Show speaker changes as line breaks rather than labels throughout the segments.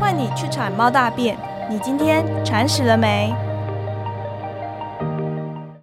换你去铲猫大便，你今天铲屎了没？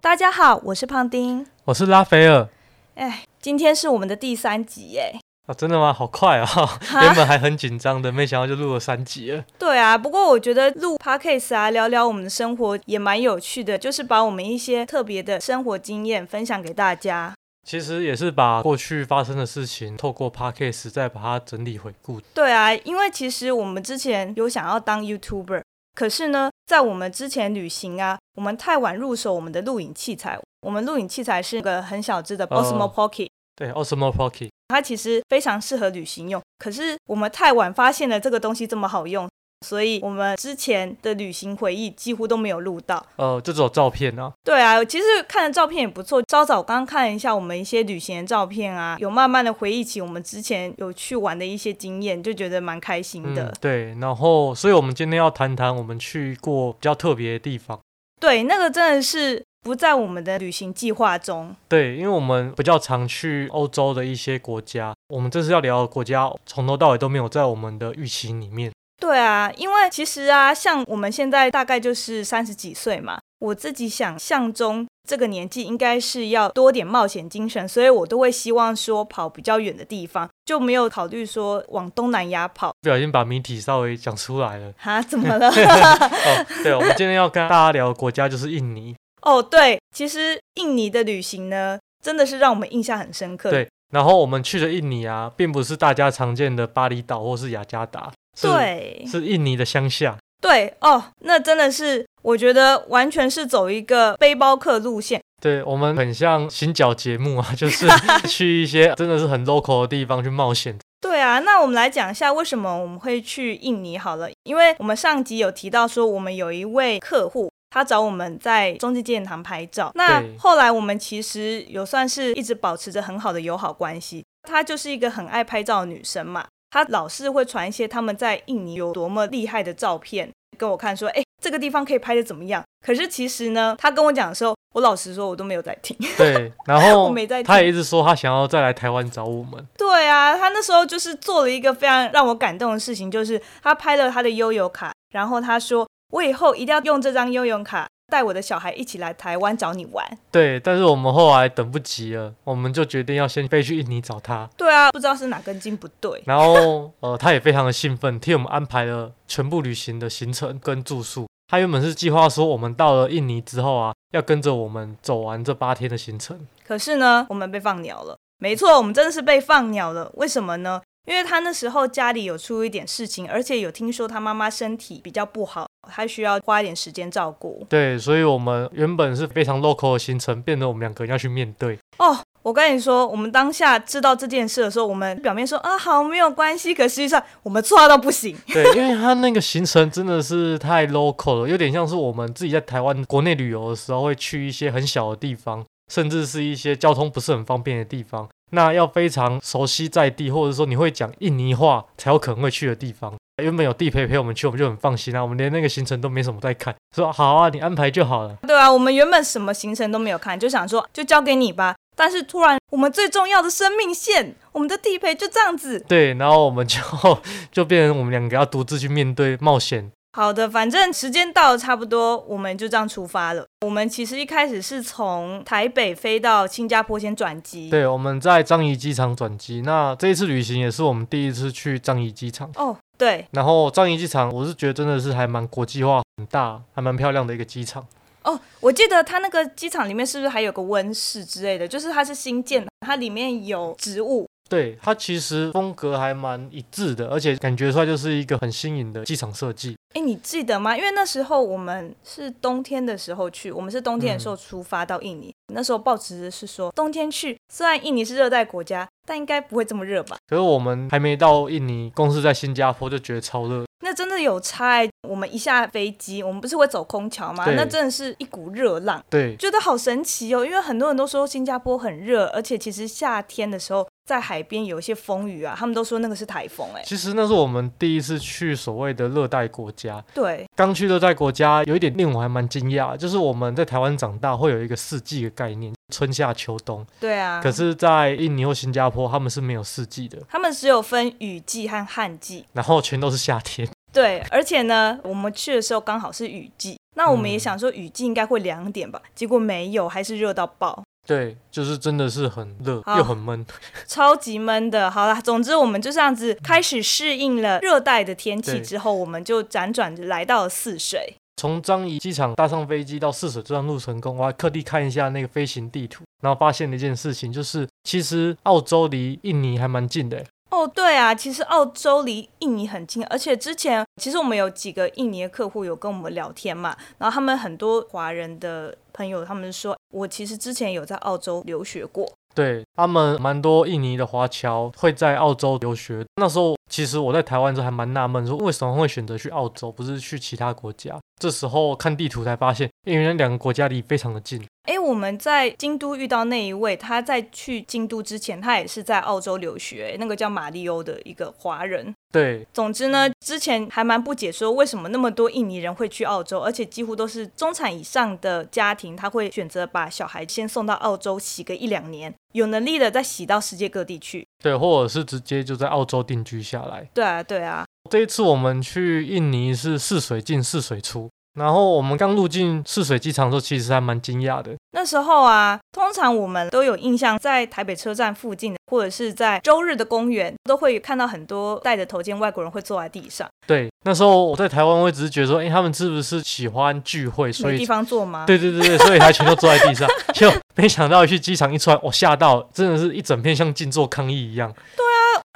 大家好，我是胖丁。
我是拉斐尔
哎，今天是我们的第三集哎。
啊，真的吗？好快啊、
哈
原本还很紧张的，没想到就录了三集了。
对啊，不过我觉得录 podcast 啊，聊聊我们的生活也蛮有趣的，就是把我们一些特别的生活经验分享给大家。
其实也是把过去发生的事情透过 podcast 再把它整理回顾。
对啊，因为其实我们之前有想要当 YouTuber，可是呢，在我们之前旅行啊，我们太晚入手我们的录影器材。我们录影器材是那个很小只的
哦
Osmo Pocket，、
对，Osmo 哦 Pocket，
它其实非常适合旅行用，可是我们太晚发现了这个东西这么好用，所以我们之前的旅行回忆几乎都没有录到。
呃，就只有照片啊。
对啊，其实看的照片也不错。稍早刚看了一下我们一些旅行的照片啊，有慢慢的回忆起我们之前有去玩的一些经验，就觉得蛮开心的。
嗯，对。然后，所以我们今天要谈谈我们去过比较特别的地方。
对，那个真的是不在我们的旅行计划中。
对，因为我们比较常去欧洲的一些国家，我们这次要聊的国家从头到尾都没有在我们的预期里面。
对啊，因为其实啊，像我们现在大概就是三十几岁嘛，我自己想象中这个年纪应该是要多点冒险精神，所以我都会希望说跑比较远的地方，就没有考虑说往东南亚跑。
不小心把谜题稍微讲出来了。
哈，怎么 了？
哦，对，我们今天要跟大家聊的国家就是印尼。
哦，对，其实印尼的旅行呢，真的是让我们印象很深刻。
对，然后我们去的印尼啊，并不是大家常见的巴厘岛或是雅加达，是
对
是印尼的乡下。
对哦，那真的是我觉得完全是走一个背包客路线。
对我们很像行脚节目啊， 就是 去一些真的是很 local 的地方去冒险。
对啊，那我们来讲一下为什么我们会去印尼好了，因为我们上集有提到说，我们有一位客户。他找我们在中纪纪念堂拍照，那
对
后来我们其实有算是一直保持着很好的友好关系。她就是一个很爱拍照的女生嘛，她老是会传一些他们在印尼有多么厉害的照片跟我看，说，哎，这个地方可以拍的怎么样？可是其实呢，她跟我讲的时候，我老实说，我都没有在听。
对，然
我
后
没在
他
听
也一直说他想要再来台湾找我们。
对啊，他那时候就是做了一个非常让我感动的事情，就是他拍了他的悠游卡，然后他说：“我以后一定要用这张悠游卡带我的小孩一起来台湾找你玩。
对，但是我们后来等不及了，我们就决定要先飞去印尼找他。”
对啊，不知道是哪根筋不对。
然后呃，他也非常的兴奋，替我们安排了全部旅行的行程跟住宿。他原本是计划说，我们到了印尼之后啊，要跟着我们走完这八天的行程。
可是呢，我们被放鸟了。没错，我们真的是被放鸟了。为什么呢？因为他那时候家里有出一点事情，而且有听说他妈妈身体比较不好，他需要花一点时间照顾。
对，所以我们原本是非常 local 的行程，变得我们两个人要去面对。
哦，我跟你说，我们当下知道这件事的时候，我们表面说啊好没有关系，可实际上我们错到不行。
对，因为他那个行程真的是太 local 了，有点像是我们自己在台湾国内旅游的时候会去一些很小的地方，甚至是一些交通不是很方便的地方。那要非常熟悉在地，或者说你会讲印尼话才有可能会去的地方。 原本有地陪陪我们去，我们就很放心啊。我们连那个行程都没什么在看，说好啊，你安排就好了。
对啊，我们原本什么行程都没有看，就想说就交给你吧。但是突然，我们最重要的生命线，我们的地陪就这样子。
对，然后我们就 就变成我们两个要独自去面对冒险。
好的，反正时间到了差不多，我们就这样出发了。我们其实一开始是从台北飞到新加坡先转机。
对，我们在樟宜机场转机。那这一次旅行也是我们第一次去樟宜机场。
哦，对，
然后樟宜机场，我是觉得真的是还蛮国际化、很大、还蛮漂亮的一个机场。
哦，我记得它那个机场里面是不是还有个温室之类的？就是它是新建的，它里面有植物，
对，它其实风格还蛮一致的，而且感觉出来就是一个很新颖的机场设计。
哎，你记得吗？因为那时候我们是冬天的时候去，我们是冬天的
嗯
时候出发到印尼。那时候报纸是说冬天去，虽然印尼是热带国家，但应该不会这么热吧？
可是我们还没到印尼，公司在新加坡就觉得超热。
那真的有差欸、我们一下飞机，我们不是会走空桥吗？
对
那真的是一股热浪，
对，
觉得好神奇哦。因为很多人都说新加坡很热，而且其实夏天的时候在海边有一些风雨啊，他们都说那个是台风、哎，
其实那是我们第一次去所谓的热带国家。
对，
刚去热带国家，有一点令我还蛮惊讶，就是我们在台湾长大会有一个四季的概念，春夏秋冬。
对啊。
可是，在印尼或新加坡，他们是没有四季的，
他们只有分雨季和旱季，
然后全都是夏天。
对，而且呢，我们去的时候刚好是雨季，那我们也
嗯
想说雨季应该会凉点吧，结果没有，还是热到爆，
对，就是真的是很热
好
又很闷。
超级闷的。好啦，总之我们就这样子开始适应了热带的天气
对
之后，我们就辗转地来到了泗水。
从樟宜机场搭上飞机到泗水这段路程中，我还特地看一下那个飞行地图，然后发现了一件事情，就是其实澳洲离印尼还蛮近的欸。
哦，对啊，其实澳洲离印尼很近，而且之前其实我们有几个印尼的客户有跟我们聊天嘛，然后他们很多华人的朋友，他们说我其实之前有在澳洲留学过，
对他们蛮多印尼的华侨会在澳洲留学。那时候其实我在台湾的时候还蛮纳闷，说为什么会选择去澳洲，不是去其他国家？这时候看地图才发现，因为两个国家离非常的近。
诶，我们在京都遇到那一位，他在去京都之前，他也是在澳洲留学，那个叫马里欧的一个华人。
对，
总之呢，之前还蛮不解说为什么那么多印尼人会去澳洲，而且几乎都是中产以上的家庭，他会选择把小孩先送到澳洲洗个一两年，有能力的再洗到世界各地去。
对，或者是直接就在澳洲定居下来。
对啊，对啊，
这一次我们去印尼是泗水进泗水出，然后我们刚入境泗水机场的时候，其实还蛮惊讶的。
那时候啊，通常我们都有印象，在台北车站附近，或者是在周日的公园，都会看到很多戴着头巾外国人会坐在地上，
对，那时候我在台湾，我只是觉得说，哎、他们是不是喜欢聚会，所
没
以
地方坐吗？
对对对对，所以他全都坐在地上。就没想到去机场一出来，我吓到，真的是一整片像静坐抗议一样。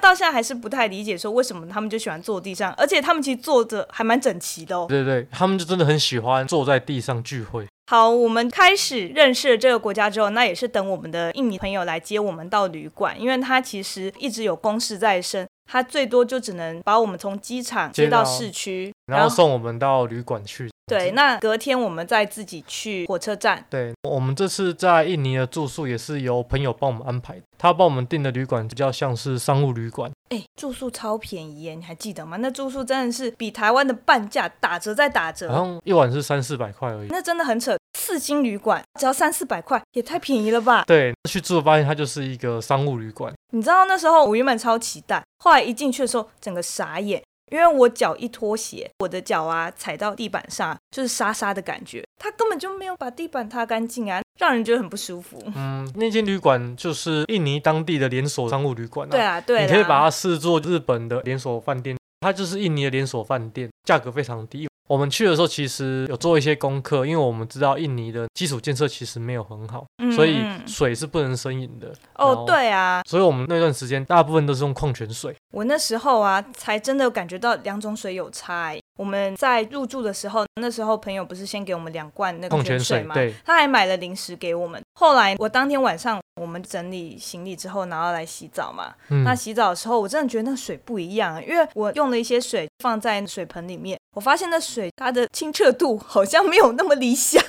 到现在还是不太理解，说为什么他们就喜欢坐地上，而且他们其实坐着还蛮整齐的哦。
对对对，他们就真的很喜欢坐在地上聚会。
好，我们开始认识了这个国家之后，那也是等我们的印尼朋友来接我们到旅馆，因为他其实一直有公事在身，他最多就只能把我们从机场接
接到
到市区，
然后送我们到旅馆去。
对，那隔天我们再自己去火车站。
对，我们这次在印尼的住宿也是由朋友帮我们安排的，他帮我们订的旅馆比较像是商务旅馆。
哎，住宿超便宜耶，你还记得吗？那住宿真的是比台湾的半价打折再打折，
好像一晚是三四百块而已。
那真的很扯。四星旅馆只要三四百块，也太便宜了吧！
对，去住发现它就是一个商务旅馆，
你知道那时候我原本超期待，后来一进去的时候，整个傻眼，因为我脚一脱鞋，我的脚啊踩到地板上就是沙沙的感觉，他根本就没有把地板擦干净啊，让人觉得很不舒服。
嗯，那间旅馆就是印尼当地的连锁商务旅馆、啊。
对啊，对
你可以把
啦，
它视作日本的连锁饭店，它就是印尼的连锁饭店，价格非常低。我们去的时候其实有做一些功课，因为我们知道印尼的基础建设其实没有很好，
嗯
所以
嗯
水是不能生饮的。然
哦
后，
对啊，
所以我们那段时间大部分都是用矿泉水。
我那时候啊，才真的感觉到两种水有差、欸。我们在入住的时候，那时候朋友不是先给我们两罐那个
矿
泉
泉
水
水
吗？
对
他还买了零食给我们。后来我当天晚上我们整理行李之后，然后来洗澡嘛。
嗯
那洗澡的时候，我真的觉得那水不一样，因为我用了一些水放在水盆里面，我发现那水它的清澈度好像没有那么理 想。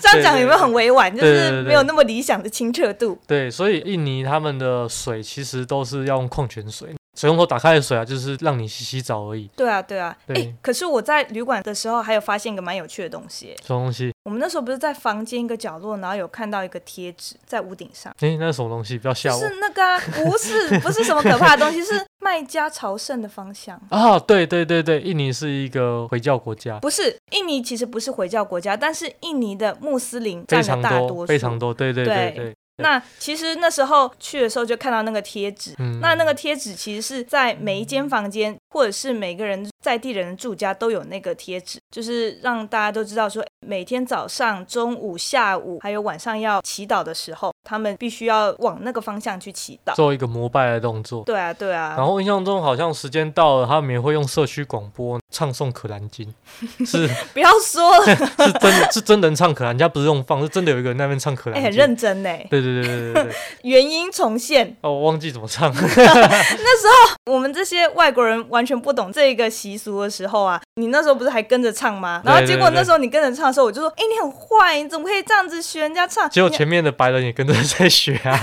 这样讲有没有很委婉？就
对对对
是没有那么理想的清澈度。
对，所以印尼他们的水其实都是要用矿泉水，水龙头打开的水啊，就是让你洗洗澡而已。
对啊，对啊。哎、
对
可是我在旅馆的时候还有发现一个蛮有趣的东西、欸
什么东西？
我们那时候不是在房间一个角落，然后有看到一个贴纸在屋顶上，
诶，那是什么东西？不要
就
吓我
是那个、啊、不是不是什么可怕的东西，是卖家朝圣的方向。
啊！对对对对，印尼是一个回教国家，
不是印尼，其实不是回教国家，但是印尼的穆斯林占
非
了
常
大
多
多数。
非常多，对对对
对
对。
那其实那时候去的时候就看到那个贴纸，
嗯
那那个贴纸其实是在每一间房间或者是每个人在地人的住家都有那个贴纸，就是让大家都知道说每天早上、中午、下午还有晚上要祈祷的时候，他们必须要往那个方向去祈祷。
做一个膜拜的动作。
对啊，对啊
然，后印象中好像时间到了，他们也会用社区广播唱诵《可 兰经》，是
不要说了，
是真是真人唱《可兰经》，他不是用放，是真的有一个人在那边唱《可兰
哎、
经》
很认真呢。
对对对对对对。
原因重现，
哦，我忘记怎么唱。
我们这些外国人完全不懂这个习俗的时候啊，你那时候不是还跟着唱吗？然后
对对
结果
对
那时候你跟着唱的时候，我就说，哎、你很坏，你怎么可以这样子学人家唱？
结果前面的白人也跟着在学 啊。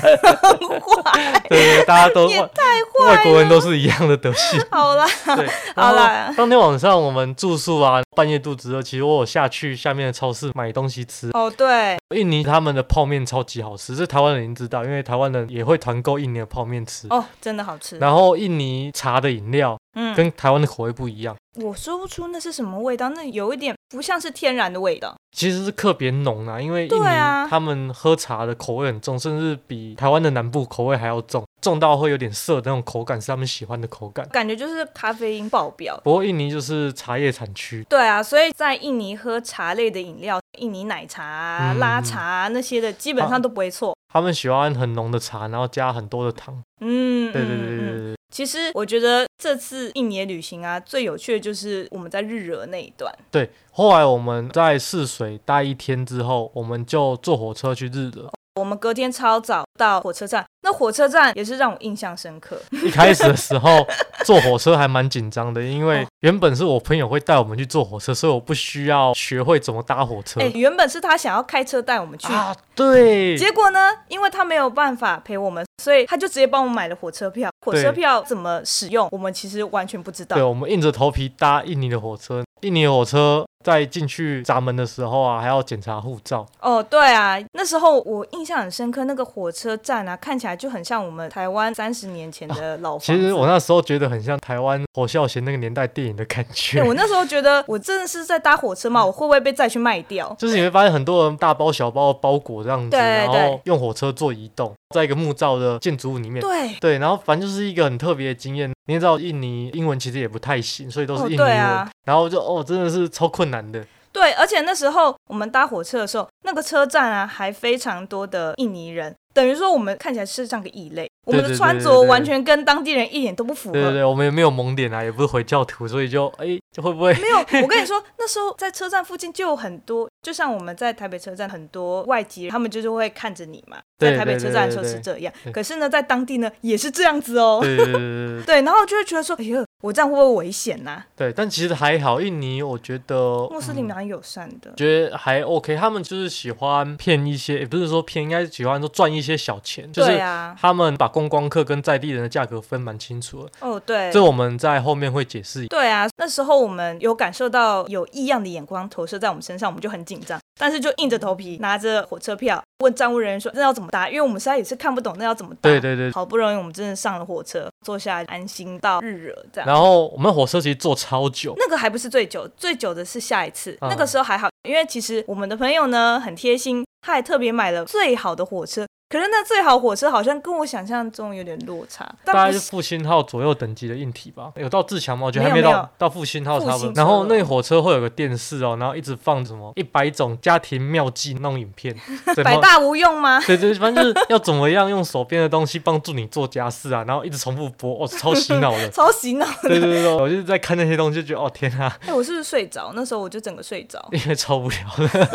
你很坏，
对对，对大家都
你也
外
太
外
坏了。
国人都是一样的德性。
好啦，
对，
好啦
然后当天晚上我们住宿啊，半夜肚子饿，其实我有下去下面的超市买东西吃。
哦对，
印尼他们的泡面超级好吃，这台湾人已经知道，因为台湾人也会团购
哦
印尼的泡面吃。
哦真的好吃，
然后印尼茶的饮料
嗯，
跟台湾的口味不一样，
我说不出那是什么味道，那有一点不像是天然的味道。
其实是特别浓啊，因为印
对
尼
啊
他们喝茶的口味很重，甚至比台湾的南部口味还要重，重到会有点涩的那种口感是他们喜欢的口感。
感觉就是咖啡因爆表。
不过印尼就是茶叶产区，
对啊，所以在印尼喝茶类的饮料，印尼奶茶啊、
嗯
拉茶啊那些的，基本上都不会错。
他们喜欢很浓的茶，然后加很多的糖。
嗯，
对对对对
嗯
对
嗯
对，
其实我觉得这次印尼的旅行啊，最有趣的就是我们在日惹那一段。
对。后来我们在泗水待一天之后，我们就坐火车去 日惹。
我们隔天超早到火车站，那火车站也是让我印象深刻。
一开始的时候坐火车还蛮紧张的，因
哦
为原本是我朋友会带我们去坐火车，所以我不需要学会怎么搭火车。
哎、原本是他想要开车带我们去，
啊，对，
结果呢，因为他没有办法陪我们，所以他就直接帮我们买了火车票。火车票怎么使用，我们其实完全不知道
对，。哦我们硬着头皮搭印尼的火车。印尼的火车在进去闸门的时候啊，还要检查护照。
哦，对啊，那时候我印象很深刻，那个火车站啊，看起来就很像我们台湾三十年前的老房子。
其实我那时候觉得很像台湾侯孝贤那个年代电影的感觉
对，哎我那时候觉得我真的是在搭火
嗯
车嘛，我会不会被再去卖掉？
就是你会发现很多人大包小包的包裹这样子，
对
然后
对
用火车做移动，在一个木造的建筑物里面。
对，
对，然后反正就是一个很特别的经验。你也知道，印尼英文其实也不太行，所以都是
哦
印尼文。
对啊
然后就哦，真的是超困难的。
对，而且那时候我们搭火车的时候，那个车站啊，还非常多的印尼人，等于说我们看起来是像个异类，我们
对对
的
对
穿
对
着
对
完全跟当地人一点都不符合。
对对对，我们也没有蒙脸啊，也不是回教徒，所以就哎，这会不会？
没有，我跟你说，那时候在车站附近就有很多，就像我们在台北车站，很多外籍人，他们就是会看着你嘛，
对
在台北车站的时候
对对
是这样，
对
可是呢，在当地呢也是这样子哦。
对对对对对
对，然后就会觉得说，哎呦，我这样会不会危险呐、
对，但其实还好，印尼我觉得
穆斯林
嗯
蛮友善的，
觉得还 OK，他们就是喜欢骗一些，也不是说骗，应该是喜欢说赚一些小钱，就
对
是
啊，
他们把观光客跟在地人的价格分蛮清楚的，
哦对。
这我们在后面会解释。
对啊，那时候我们有感受到有异样的眼光投射在我们身上，我们就很紧张，但是就硬着头皮拿着火车票问站务人员说那要怎么搭，因为我们实在也是看不懂那要怎么搭。
对对对。
好不容易我们真的上了火车，坐下来安心到日惹这样。
然后我们火车其实坐超久，
那个还不是最久，最久的是下一次。
嗯
那个时候还好，因为其实我们的朋友呢很贴心，他还特别买了最好的火车。可是那最好火车好像跟我想象中有点落差，
大
但
概
不
是
是
复兴号左右等级的硬体吧，有到自强吗？我觉得还
没有没
到
有
到复兴号差
复
不多。
兴
然后
车
那火车会有个电视哦，然后一直放什么一百种家庭妙计那种影 片，怎
百
么？
大无用吗？
对对，反正就是要怎么样用手边的东西帮助你做家事啊，然后一直重复播，哦，超洗脑的。
超洗脑的！
对对对，对我就是在看那些东西，就觉得哦天啊，。
哎、我是不是睡着？那时候我就整个睡着
因为超 无聊的。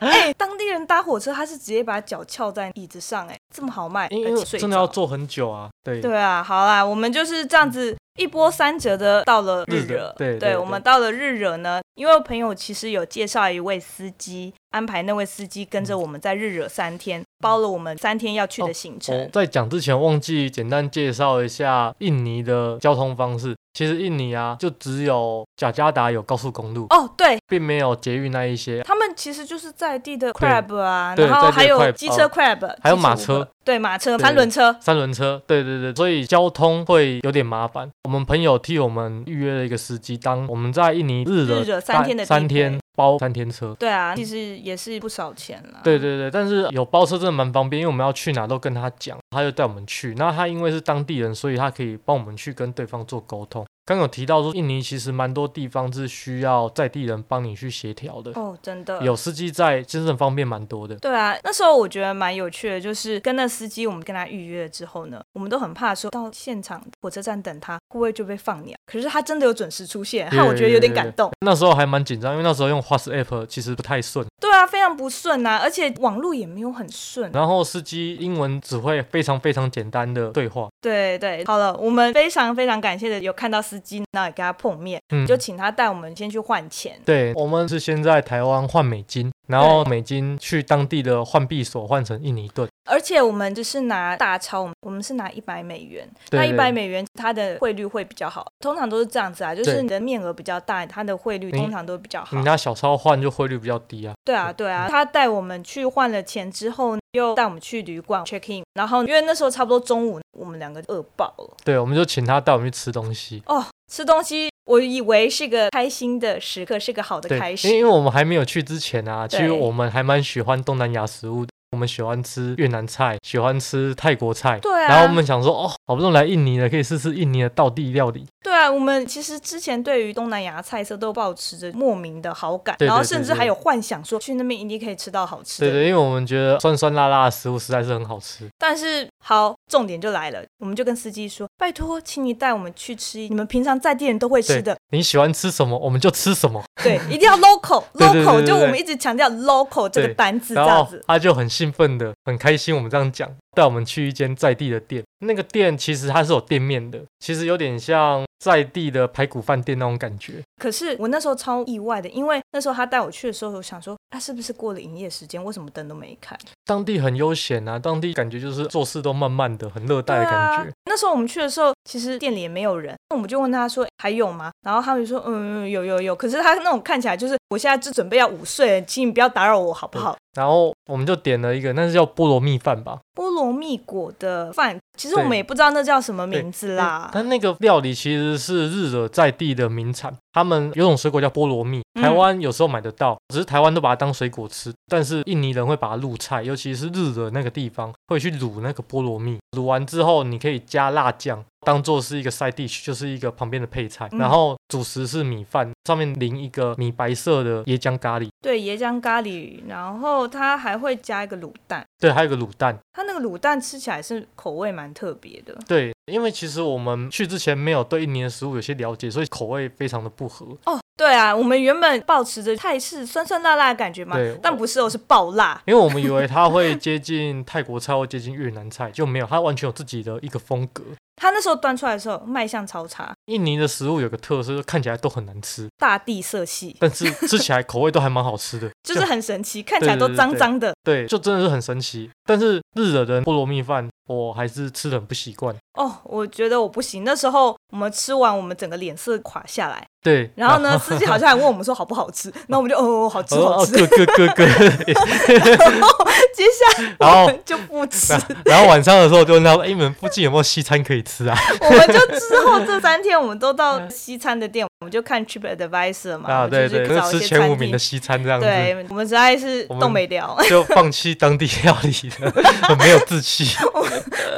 哎、当地人搭火车，他是直接把脚翘在椅子上、哎，这么好卖，
因
而
为
且睡
真的要
着
坐很久啊。对，
对啊，好啦，我们就是这样子一波三折的到了日
日惹
惹。
对对对
我们到了日惹呢，因为朋友其实有介绍一位司机，安排那位司机跟着我们在日惹三天，
嗯
包了我们三天要去的行程。
我在讲之前忘记简单介绍一下印尼的交通方式。其实印尼啊，就只有雅加达有高速公路，
哦，对
并没有捷运那一些。
他们其实就是在地的
对
crab 啊，
对
然后
在
还
地的
有
crab，
机车
哦
crab，、
还有马车，
对马车、
对
三轮车，
三轮车，对对对，所以交通会有点麻烦。我们朋友替我们预约了一个司机，当我们在印尼日惹
日惹三
待
天的
三
地
天
陪
包三天车，
对啊，其实也是不少钱啦。
对对对，但是有包车真的蛮方便，因为我们要去哪都跟他讲，他就带我们去。那他因为是当地人，所以他可以帮我们去跟对方做沟通。刚有提到说，印尼其实蛮多地方是需要在地人帮你去协调的，
哦，真的
有司机在，其实很方便蛮多的。
对啊，那时候我觉得蛮有趣的，就是跟那司机，我们跟他预约了之后呢，我们都很怕说到现场火车站等他，会不会就被放鸟？可是他真的有准时出现，害我觉得有点感动。
那时候还蛮紧张，因为那时候用 WhatsApp 其实不太顺，
对啊，非常不顺啊，而且网络也没有很顺。
然后司机英文只会非常非常简单的对话，
对对，好了，我们非常非常感谢的有看到司机，那也跟他碰面，
嗯，
就请他带我们先去换钱。
对，我们是先在台湾换美金，然后美金去当地的换币所换成印尼盾。
而且我们就是拿大钞，我们是拿一百美元，
对
那一
对
百美元它的汇率会比较好，通常都是这样子啊，就是
对
你的面额比较大，它的汇率
你
通常都比较好
你。拿小钞换就汇率比较低啊。
对啊，对啊，他带我们去换了钱之后，又带我们去旅馆 check in，然后因为那时候差不多中午，我们两个饿爆了
对，我们就请他带我们去吃东西。
哦，吃东西，我以为是个开心的时刻，是个好的
对
开，
因为
始。
因为我们还没有去之前啊，其
对
实我们还蛮喜欢东南亚食物的，我们喜欢吃越南菜，喜欢吃泰国菜，
对啊
然后我们想说，哦，好不容易来印尼了，可以试试印尼的道地料理，
对啊，我们其实之前对于东南亚菜色都保持着莫名的好感，
对对
然后
对
甚至
对
还有幻想说去那边一定可以吃到好吃的。
对对，因为我们觉得酸酸辣辣的食物实在是很好吃，
但是好，重点就来了，我们就跟司机说：“拜托，请你带我们去吃你们平常在地人都会吃
对
的，
你喜欢吃什么我们就吃什么，
对，一定要 local
对对对
local。”
对
就我们
对
一直强调 local 这个
对
单字，这
然
样
后
子。
他就很兴奋的，很开心我们这样讲，带我们去一间在地的店，那个店其实它是有店面的，其实有点像在地的排骨饭店那种感觉，
可是我那时候超意外的，因为那时候他带我去的时候，我想说他是不是过了营业时间，为什么灯都没开？
当地很悠闲啊，当地感觉就是做事都慢慢的，很热
对
带的感
啊
觉。。
那时候我们去的时候，其实店里也没有人，那我们就问他说还有吗？然后他们就说嗯有有有，可是他那种看起来就是我现在就准备要午睡了，请你不要打扰我好不好？
然后我们就点了一个，那是叫菠萝蜜饭吧？
菠萝蜜果的饭，其实我
对
们也不知道那叫什么名字啦。
它嗯那个料理其实是日惹在地的名产，他们有种水果叫菠萝蜜，
嗯
台湾有时候买得到，只是台湾都把它当水果吃，但是印尼人会把它入菜，尤其是日惹那个地方会去卤那个菠萝蜜，卤完之后你可以加辣酱。当做是一个 side dish，就是一个旁边的配菜，
嗯
然后主食是米饭，上面淋一个米白色的椰浆咖喱，
对，椰浆咖喱，然后它还会加一个卤蛋，
对，还有个卤蛋，
它那个卤蛋吃起来是口味蛮特别的。
对，因为其实我们去之前没有对印尼的食物有些了解，所以口味非常的不合。
哦，对啊，我们原本抱持着泰式酸酸辣辣的感觉嘛
对，
但不是哦，是爆辣。
因为我们以为它会接近泰国菜或接近越南菜，就没有，它完全有自己的一个风格。
它那时候端出来的时候卖相超差，
印尼的食物有个特色，就是看起来都很难吃，
大地色系，
但是吃起来口味都还蛮好 吃的，
就是很神奇，看起来都脏脏的。
对，就真的是很神奇。但是日惹的菠萝蜜饭，我还是吃的很不习惯。
哦，我觉得我不行。那时候我们吃完，我们整个脸色垮下来。
对，
然后 呢，司机好像还问我们说好不好吃，然后我们就哦，好吃
然后？哦
好
哦，
吃。
各各各各，
接下来
然
我
后
们 就不吃，
然后晚上的时候就问他说：“哎，你们附近有没有西餐可以吃啊
我们就之后这三天我们都到西餐的店，我们就看 Trip Advisor？”嘛，
嗯
我
啊，
们
对
就去
对，就
找一
吃
些
前五
餐
名
厅
的。西餐这样子。
对我们实在是
我们
动没了，
就放弃当地料理了， 很没有志 气。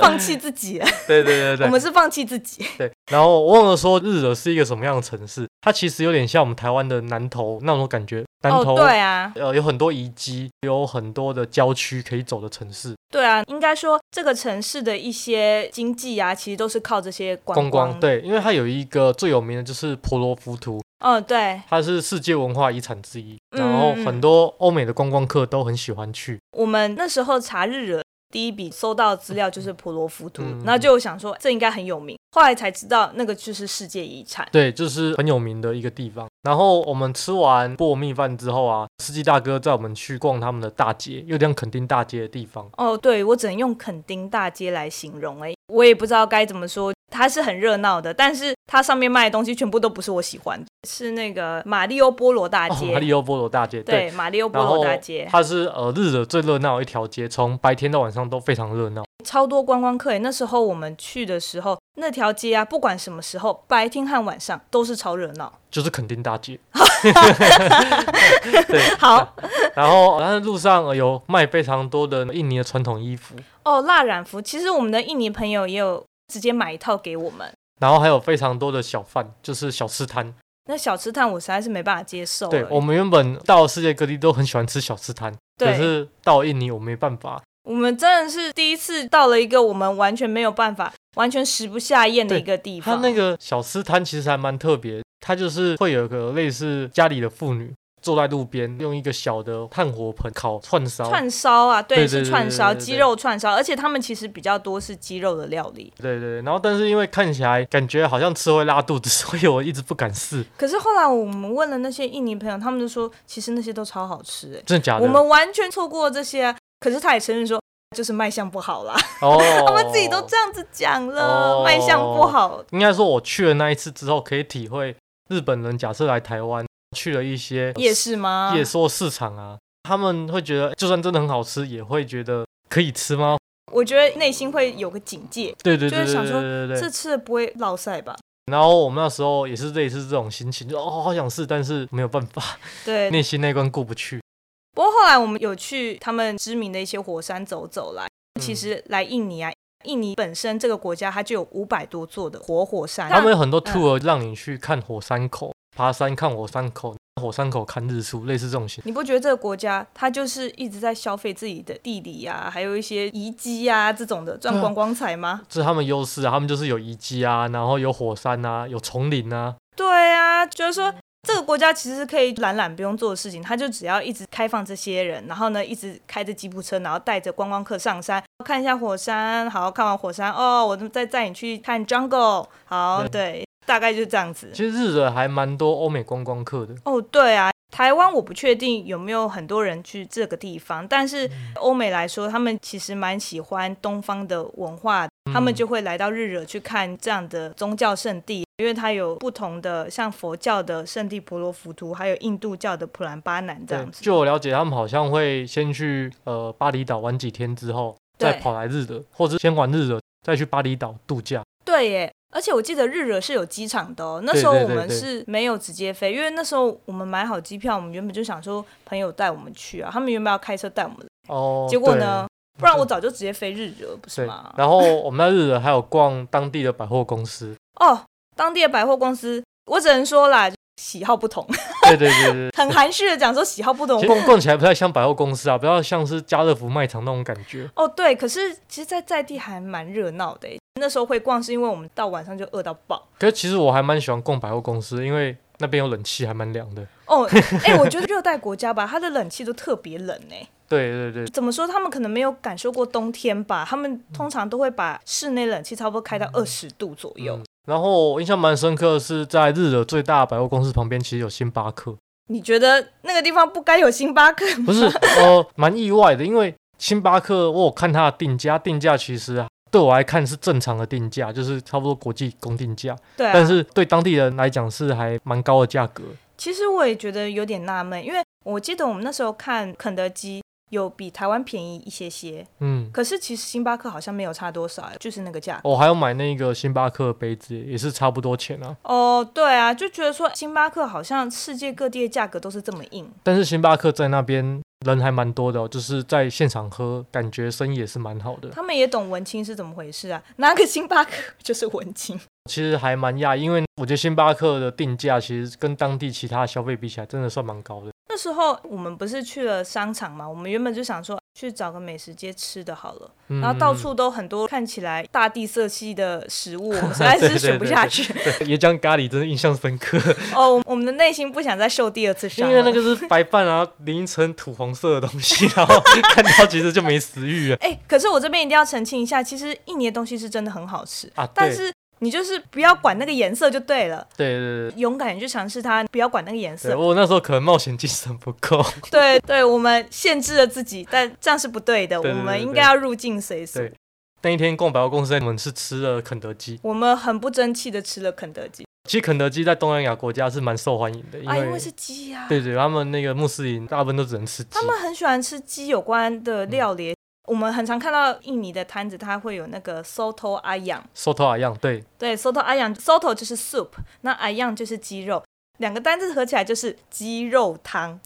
放弃自己了，
对呃对对
我
对
们是放弃自己。
对。然后我忘了说日惹是一个什么样的城市，它其实有点像我们台湾的南投那种感觉。南
哦
投、，
对啊，
呃，有很多遗迹，有很多的郊区可以走的城市。
对啊，应该说这个城市的一些经济啊，其实都是靠这些观
观光
光。，
对，因为它有一个最有名的就是婆罗浮屠，
嗯，对，
它是世界文化遗产之一，
嗯
然后
嗯
很多欧美的观光客都很喜欢去。
我们那时候查日惹，第一笔搜到的资料就是婆罗浮屠
嗯，
然后就想说这应该很有名，后来才知道那个就是世界遗产。
对，就是很有名的一个地方。然后我们吃完菠萝蜜饭之后啊，司机大哥载我们去逛他们的大街，有点像垦丁大街的地方。
哦，对，我只能用垦丁大街来形容哎、我也不知道该怎么说。它是很热闹的，但是它上面卖的东西全部都不是我喜欢的，是那个马里欧波罗大
哦，
街，
马里欧波罗大街，
对，马里欧波
然
罗
后
大街，
它是呃日惹最热闹的一条街，从白天到晚上都非常热闹。
超多观光客哎、那时候我们去的时候，那条街啊，不管什么时候，白天和晚上都是超热闹。
就是垦丁大街，
好
然后但是路上呃有卖非常多的印尼的传统衣服，
哦，蜡染服，其实我们的印尼朋友也有直接买一套给我们。
然后还有非常多的小贩，就是小吃摊。
那小吃摊我实在是没办法接受
对
了
我们原本到世界各地都很喜欢吃小吃摊，可
对
是到印尼我没办法，
我们真的是第一次到了一个我们完全没有办法、完全食不下咽的一个地
它
方。
那个小吃摊其实还蛮特别，它就是会有一个类似家里的妇女坐在路边，用一个小的炭火盆烤串烧，
串烧啊，对，
对对
是
对
串烧，
对对对
鸡肉串烧，而且他们其实比较多是鸡肉的料理。
对对对，然后但是因为看起来感觉好像吃会拉肚子，所以我一直不敢试，
可是后来我们问了那些印尼朋友，他们就说其实那些都超好吃、欸，
真的假的？
我们完全错过这些啊、可是他也承认说，就是卖相不好啦，
哦，
他们自己都这样子讲了，
哦
卖相不好。
应该说我去了那一次之后，可以体会日本人假设来台湾去了一些
夜市吗？
夜市或市场啊，他们会觉得就算真的很好吃，也会觉得可以吃吗？
我觉得内心会有个警戒，
对对
就
对
是
对
想
对
说
对对
这
对，
吃了不会落腮吧？
然后我们那时候也是类似这种心情，就哦好想试，但是没有办法，
对，
内心那关过不去。
不过后来我们有去他们知名的一些火山走走啦。
嗯
其实来印尼啊，印尼本身这个国家它就有五百多座的活火山，
他们有很
嗯
多 tour 让你去看火山口，爬山看火山口，火山口看日出，类似这种型。
你不觉得这个国家它就是一直在消费自己的地理啊，还有一些遗迹啊这种的赚
对啊
观光财吗？
这是他们优势啊，他们就是有遗迹啊，然后有火山啊，有丛林啊，
对啊，就是说这个国家其实可以懒懒不用做的事情，它就只要一直开放这些人，然后呢一直开着吉普车，然后带着观光客上山看一下火山，好看完火山哦，我再载你去看 jungle，好
对
对，大概就是这样子。
其实日本还蛮多欧美观光客的。
哦，对啊，台湾我不确定有没有很多人去这个地方，但是欧美来说，他们其实蛮喜欢东方的文化，他们
嗯
就会来到日惹去看这样的宗教圣地，因为它有不同的，像佛教的圣地婆罗浮屠，还有印度教的普兰巴南这
对
样，子。
据我了解，他们好像会先去呃巴厘岛玩几天之后，
对
再跑来日的，或者先玩日的，再去巴厘岛度假。
对耶，而且我记得日惹是有机场的哦。那
对
时候
对
我
对
们
对
是没有直接飞，因为那时候我们买好机票，我们原本就想说朋友带我们去啊，他们原本要开车带我们，
哦，
结果
对
呢，？不然我早就直接飞日惹，不是
对
吗，？
然后我们在日惹还有逛当地的百货公司，
哦，当地的百货公司，我只能说啦，喜好不同，
对对对对，
很含蓄的讲说喜好不同
其实。逛逛起来不太像百货公司啊，比较像是家乐福卖场那种感觉。
哦，对，可是其实，在在地还蛮热闹的欸。那时候会逛，是因为我们到晚上就饿到爆。
可是其实我还蛮喜欢逛百货公司，因为那边有冷气，还蛮凉的。
哦，哎、我觉得热带国家吧，它的冷气都特别冷哎。
对对对，
怎么说？他们可能没有感受过冬天吧？他们通常都会把室内冷气差不多开到二十度左右。
嗯然后我印象蛮深刻的是，在日惹最大的百货公司旁边，其实有星巴克。
你觉得那个地方不该有星巴克吗？
不是，呃，蛮意外的，因为星巴克我有看它的定价，定价其实啊对我来看是正常的定价，就是差不多国际公定价，
对啊，
但是对当地人来讲是还蛮高的价格。
其实我也觉得有点纳闷，因为我记得我们那时候看肯德基有比台湾便宜一些些，
嗯，哦
可是其实星巴克好像没有差多少，就是那个价。
我、还有买那个星巴克的杯子，也是差不多钱啊。
哦，对啊，就觉得说星巴克好像世界各地的价格都是这么硬。
但是星巴克在那边人还蛮多的、哦，就是在现场喝，感觉生意也是蛮好的。
他们也懂文青是怎么回事啊，拿个星巴克 就是文青。
其实还蛮讶异，因为我觉得星巴克的定价其实跟当地其他消费比起来，真的算蛮高的。
那时候我们不是去了商场嘛，我们原本就想说去找个美食街吃的好了，
嗯
然后到处都很多看起来大地色系的食 物，我们实在
对
是
对
选不
对
下
对
去。
对椰浆咖喱真的印象 深刻。
哦，我我们的内心不想再受第二次伤
因
了。
为那个是白饭啊，淋一层土黄色的东西，然后看到其实就没食欲 了
哎、可是我这边一定要澄清一下，其实印尼的东西是真的很好吃，
啊。
但
对
是你就是不要管那个颜色就对了，
对对对
勇敢地去尝试它，不要管那个颜
对，
色。
我那时候可能冒险精神不够，
对对，我们限制了自己，但这样是不对的，
对对对
我们
对
应该要入境随俗。
对那一天逛百货公司，我们是吃了肯德基。
我们很不争气的吃了肯德基
其实肯德基在东南亚国家是蛮受欢迎的，因
啊，因
为
为是鸡啊，
对对，他们那个穆斯林大部分都只能吃鸡
他。们很喜欢吃鸡有关的料
嗯
理。我们很常看到印尼的摊子，它会有那个 soto 阿养，
Soto 一样，对，
对，soto 阿样，soto 就是 soup，那阿样就是鸡肉，两个单字合起来就是鸡肉汤。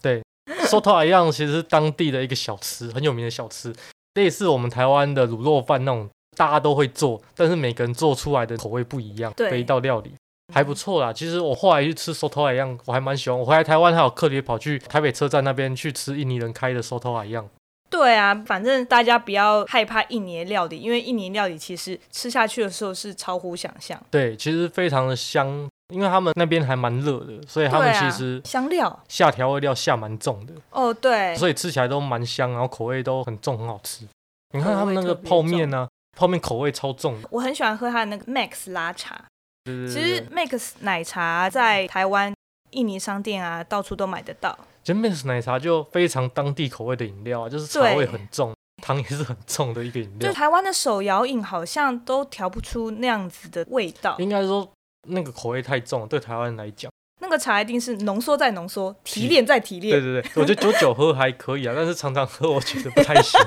Soto 一样其实是当地的一个小吃，很有名的小吃，类似我们台湾的卤肉饭那种，大家都会做，但是每个人做出来的口味不一样
对
的一道料理，还不错啦。其实我后来去吃 Soto 一样，我还蛮喜欢。我回来台湾还有特别跑去台北车站那边去吃印尼人开的 Soto 一样。
对啊，反正大家不要害怕印尼的料理，因为印尼料理其实吃下去的时候是超乎想象。
对，其实非常的香，因为他们那边还蛮热的，所以他们
对
其
啊
实
香料
下调味料下蛮重的。
哦，对，
所以吃起来都蛮香，然后口味都很重，很好吃。你看
口
他们
味
那个
特别
泡面呢、泡面口味超重的。
我很喜欢喝它的那个 Max 拉茶。
对对对
其实
对
Max 奶茶在台湾、印尼商店啊，到处都买得到。
其实 Mix 奶茶就非常当地口味的饮料啊，就是茶
对
味很重，糖也是很重的一个饮
就
料。
台湾的手摇饮好像都调不出那样子的味道，
应该说那个口味太重了，对台湾人来讲，
那个茶一定是浓缩再浓缩，提
提
炼再提炼
对。对对，我觉得久久喝还可以啊，但是常常喝我觉得不太 行。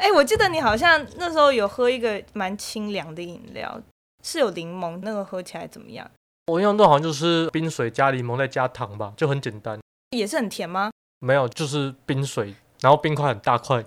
哎、我记得你好像那时候有喝一个蛮清凉的饮料，是有柠檬，那个喝起来怎么样？
我印象中好像就是冰水加柠檬再加糖吧，就很简单。
也是很甜吗？
没有，就是冰水，然后冰块很大块。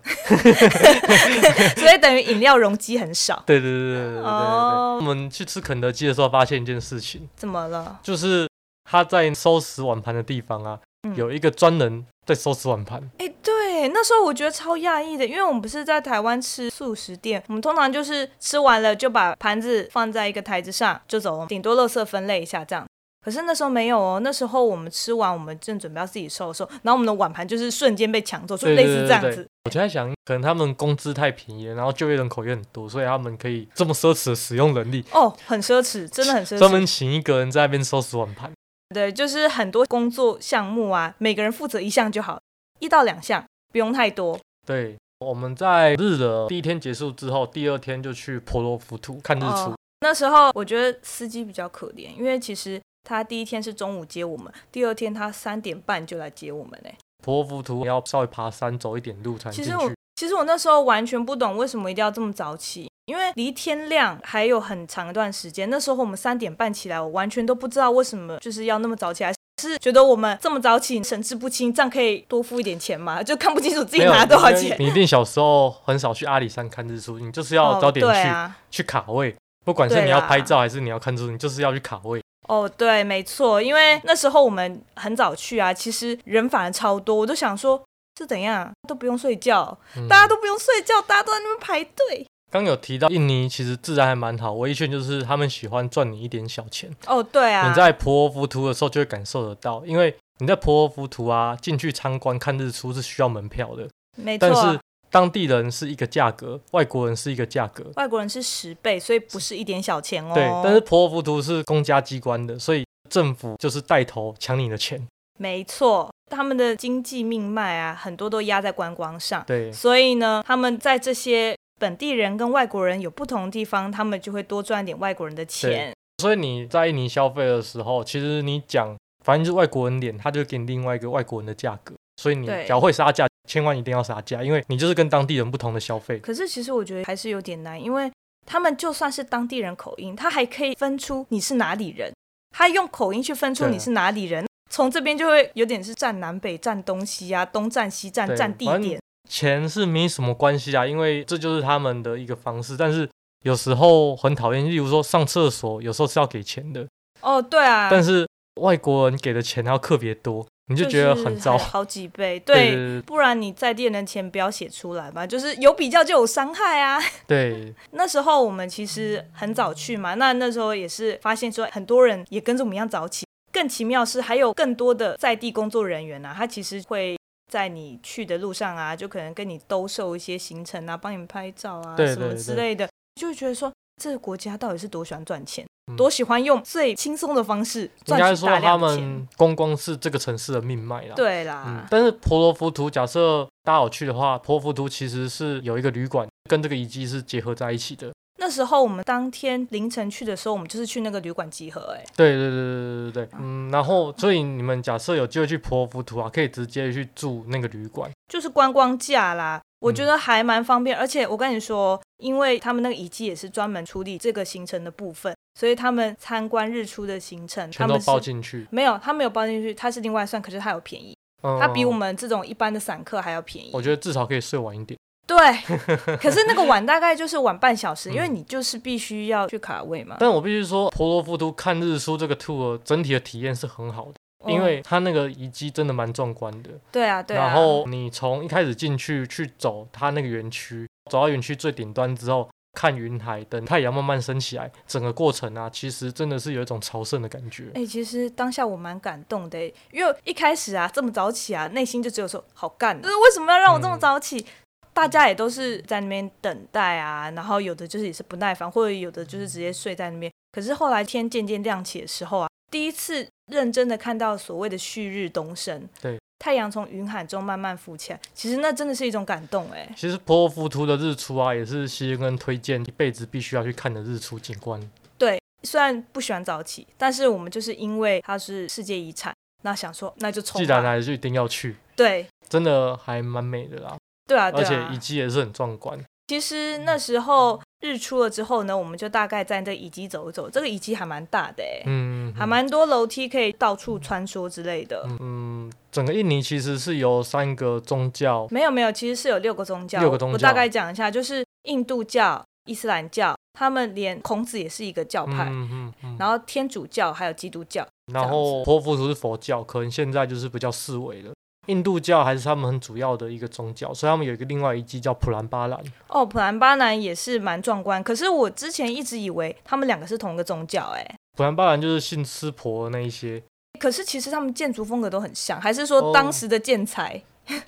所以等于饮料容积很少。
对对对对对对对对。
哦
我们去吃肯德基的时候发现一件事情，
怎么了？
就是他在收拾碗盘的地方啊，
嗯
有一个专人在收拾碗盘。
哎、对，那时候我觉得超讶异的，因为我们不是在台湾吃素食店，我们通常就是吃完了就把盘子放在一个台子上就走了，顶多垃圾分类一下这样。可是那时候没有哦，那时候我们吃完，我们正准备要自己收的时候，然后我们的碗盘就是瞬间被抢走，就
对
类
对
似
对
这样子。
对对我就在想，可能他们工资太便宜了，然后就业人口也很多，所以他们可以这么奢侈的使用能力，
哦，很奢侈，真的很奢
专
侈。
门请一个人在那边收拾碗盘。
对，就是很多工作项目啊，每个人负责一项就好，一到两项，不用太多。
对，我们在日的第一天结束之后，第二天就去婆罗浮屠看日出。
哦那时候我觉得司机比较可怜，因为其实他第一天是中午接我们，第二天他三点半就来接我们嘞、欸
婆罗浮屠要稍微爬山走一点路才能
其
进
实我
去。
其实我那时候完全不懂为什么一定要这么早起，因为离天亮还有很长一段时间。那时候我们三点半起来，我完全都不知道为什么就是要那么早起来。是觉得我们这么早起神志不清，这样可以多付一点钱吗？就看不清楚自己
没有
拿多少
因为
钱。
你一定小时候很少去阿里山看日出，你就是要
哦
早点去、
对啊，
去卡位，不管是
对
你要
啦
拍照还是你要看日出，你就是要去卡位。
哦，对，没错，因为那时候我们很早去啊，其实人反而超多，我都想说是怎样都不用睡觉，
嗯
大家都不用睡觉，大家都在那边排队。
刚有提到印尼其实治安还蛮好，唯一缺点就是他们喜欢赚你一点小钱。
哦，对啊，
你在婆罗浮屠的时候就会感受得到，因为你在婆罗浮屠啊进去参观看日出是需要门票的，
没
但
错
是，当地人是一个价格，外国人是一个价格。
外国人是十倍，所以不是一点小钱哦。
对，但是婆罗浮屠是公家机关的，所以政府就是带头抢你的钱。
没错，他们的经济命脉啊，很多都压在观光上，
对，
所以呢，他们在这些本地人跟外国人有不同的地方，他们就会多赚点外国人的钱。
所以你在印尼消费的时候，其实你讲反正就是外国人脸，他就给你另外一个外国人的价格。所以你
对
只要会杀价，千万一定要杀啊价，因为你就是跟当地人不同的消费。
可是其实我觉得还是有点难，因为他们就算是当地人口音，他还可以分出你是哪里人，他用口音去分出
对啊
你是哪里人。从这边就会有点是站南北、站东西啊，东站西站
对
站地
反正
点，
钱是没什么关系啊，因为这就是他们的一个方式。但是有时候很讨厌，例如说上厕所，有时候是要给钱的，
哦，对啊，
但是外国人给的钱还要特别多，你就觉得很糟。
是还好几倍，
对
对。不然你在地人的钱不要写出来嘛，就是有比较就有伤害啊。
对
那时候我们其实很早去嘛，那那时候也是发现说很多人也跟着我们一样早起。更奇妙是还有更多的在地工作人员啊，他其实会在你去的路上啊，就可能跟你兜售一些行程啊，帮你们拍照啊
对
什么
对
之
对
类的，就会觉得说这个国家到底是多喜欢赚钱，
嗯
多喜欢用最轻松的方式
应该
赚取
说
大
他
量的钱。
们观光是这个城市的命脉啦。，
对啦，
嗯，但是婆罗浮屠，假设大家有去的话，婆罗浮屠其实是有一个旅馆跟这个遗迹是结合在一起的。
那时候我们当天凌晨去的时候，我们就是去那个旅馆集合、哎，
对对对对对对
啊
对，嗯，然后所以你们假设有机会去婆罗浮屠啊，可以直接去住那个旅馆。
就是观光价啦。我
嗯
觉得还蛮方便，而且我跟你说，哦因为他们那个遗迹也是专门处理这个行程的部分，所以他们参观日出的行程，他
全都
们
包
是
进去，
没有，他没有包进去，他是另外算，可是他有便宜，
嗯，
他比我们这种一般的散客还要便宜。
我觉得至少可以睡晚一
嗯
点。
对， 可是那个晚大概就是晚半小时，
嗯
因为你就是必须要去卡位嘛。
但我必须说，婆罗浮屠看日出这个 tour 整体的体验是很好的，因为它那个遗迹真的蛮壮观的。
哦对啊，对啊。
然后你从一开始进去去走它那个园区，走到园区最顶端之后，看云海，等太阳慢慢升起来，整个过程啊，其实真的是有一种朝圣的感觉。
哎、其实当下我蛮感动的欸，因为一开始啊，这么早起啊，内心就只有说好干，哦就是为什么要让我这么
嗯
早起？大家也都是在那边等待啊，然后有的就是也是不耐烦，或者有的就是直接睡在那边。可是后来天渐渐亮起的时候啊，第一次认真的看到所谓的旭日东升，
对，
太阳从云海中慢慢浮起来，其实那真的是一种感动哎、
其实婆罗浮屠的日出啊，也是希恩推荐一辈子必须要去看的日出景观。
虽然不喜欢早起，但是我们就是因为它是世界遗产，那想说那就冲啊
既
吧，
然来了，就一定要去，
对
真的还蛮美的啦，
对啊，对
而
啊
且遗迹也是很壮观。
其实那时候日出了之后呢，我们就大概在这遗迹走一走，这个遗迹还蛮大的哎、
嗯，
还蛮多楼梯可以到处穿梭之类的。
嗯，整个印尼其实是由三个宗教，
没有没有，其实是有六个宗教。
六个宗教
我大概讲一下，就是印度教、伊斯兰教，他们连孔子也是一个教派，
嗯嗯嗯，
然后天主教还有基督教。
然后婆佛是佛教，可能现在就是比较视为了。印度教还是他们很主要的一个宗教，所以他们有一个另外一季叫普兰巴兰。
哦，普兰巴南也是蛮壮观，可是我之前一直以为他们两个是同一个宗教、哎，
普兰巴兰就是信湿婆那一些，
可是其实他们建筑风格都很像，还是
哦
说当时的建材？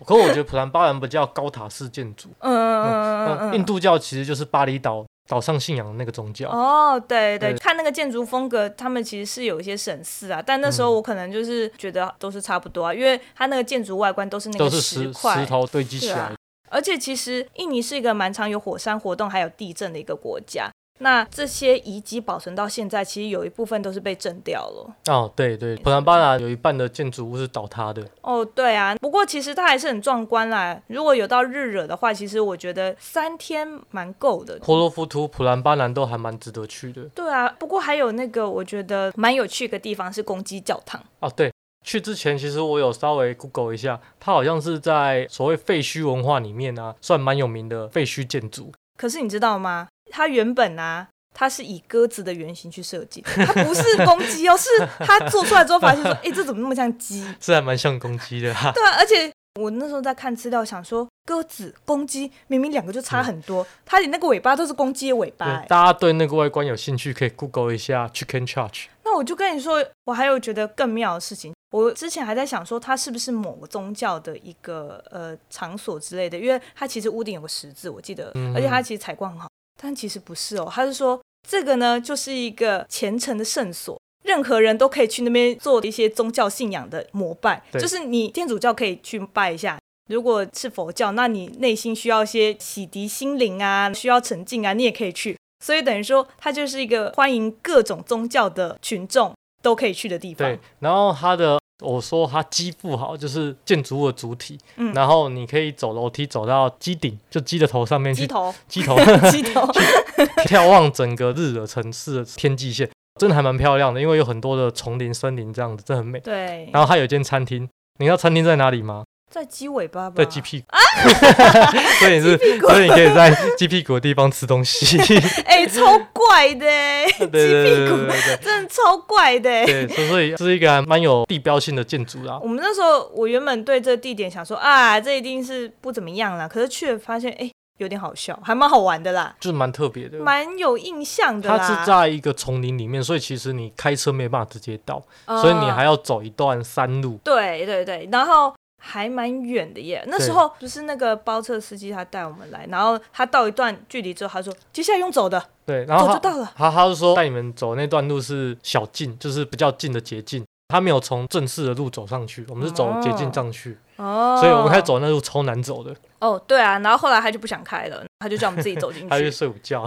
可我觉得普兰巴兰比较高塔式建筑。
嗯嗯嗯嗯
那
嗯，
印度教其实就是巴厘岛岛上信仰的那个宗教。
哦，对对，
对
看那个建筑风格，他们其实是有一些神似啊，但那时候
嗯
我可能就是觉得都是差不多啊，因为它那个建筑外观都是那
都
个
是
石
石
块，
石头堆积起
对
来
啊，而且其实印尼是一个蛮常有火山活动还有地震的一个国家。那这些遗迹保存到现在，其实有一部分都是被震掉了。
哦，对对，普兰巴拿有一半的建筑物是倒塌的，
哦，对啊，不过其实它还是很壮观啦。如果有到日惹的话，其实我觉得三天蛮够的。
婆罗浮屠、普兰巴拿都还蛮值得去的
对啊，不过还有那个我觉得蛮有趣的地方是公鸡教堂。
啊。对，去之前其实我有稍微 Google 一下，它好像是在所谓废墟文化里面啊，算蛮有名的废墟建筑。
可是你知道吗？它原本啊，它是以鸽子的原型去设计，它不是公鸡哦，是它做出来之后发现说，哎、 这怎么那么像鸡？
是还蛮像公鸡的哈、
对啊，而且我那时候在看资料，想说鸽子、公鸡明明两个就差很多，它连那个尾巴都是公鸡的尾巴、
对，
哎，
大家对那个外观有兴趣，可以 Google 一下 Chicken Church。
那我就跟你说，我还有觉得更妙的事情。我之前还在想说，它是不是某个宗教的一个呃场所之类的，因为它其实屋顶有个十字，我记得，
嗯
而且它其实采光很好，但其实不是哦。它是说这个呢，就是一个虔诚的圣所，任何人都可以去那边做一些宗教信仰的膜拜，
对
就是你天主教可以去拜一下。如果是佛教，那你内心需要一些洗涤心灵啊，需要沉静啊，你也可以去。所以等于说，它就是一个欢迎各种宗教的群众都可以去的地方
对。，然后它的我说它基部好，就是建筑物的主体，
嗯
然后你可以走楼梯走到鸡顶，就鸡的头上面
鸡
去，
头，
鸡头
鸡头，
眺望整个日惹城市的天际线，真的还蛮漂亮的，因为有很多的丛林、森林这样子，真的很美。
对，
然后还有一间餐厅，你知道餐厅在哪里吗？
在鸡尾巴吧，
在鸡屁股，
啊
所以你是，所以你可以在鸡屁股的地方吃 东西。
哎、超怪的、欸，
对对对对对对
真的超怪的、欸。
对，对所以是一个还蛮有地标性的建筑啦。
我们那时候，我原本对这地点想说啊，这一定是不怎么样啦，可是去了发现，哎、有点好笑，还蛮好玩的啦，
就是蛮特别的。
蛮有印象的
它
啦。
是在一个丛林里面，所以其实你开车没办法直接到，
呃
所以你还要走一段山路。
对对对，然后还蛮远的耶。那
对
时候不是那个包车司机他带我们来，然后他到一段距离之后，他说接下来用走的，
对，然后
走
它
就到了。
他他是说带你们走那段路是小径，就是比较近的捷径。他没有从正式的路走上去，我们是走捷径上去，
哦，
所以我们开始。走那路超难走的，
哦，对啊，然后后来他就不想开了，他就叫我们自己走 进
他就
去。
睡午觉。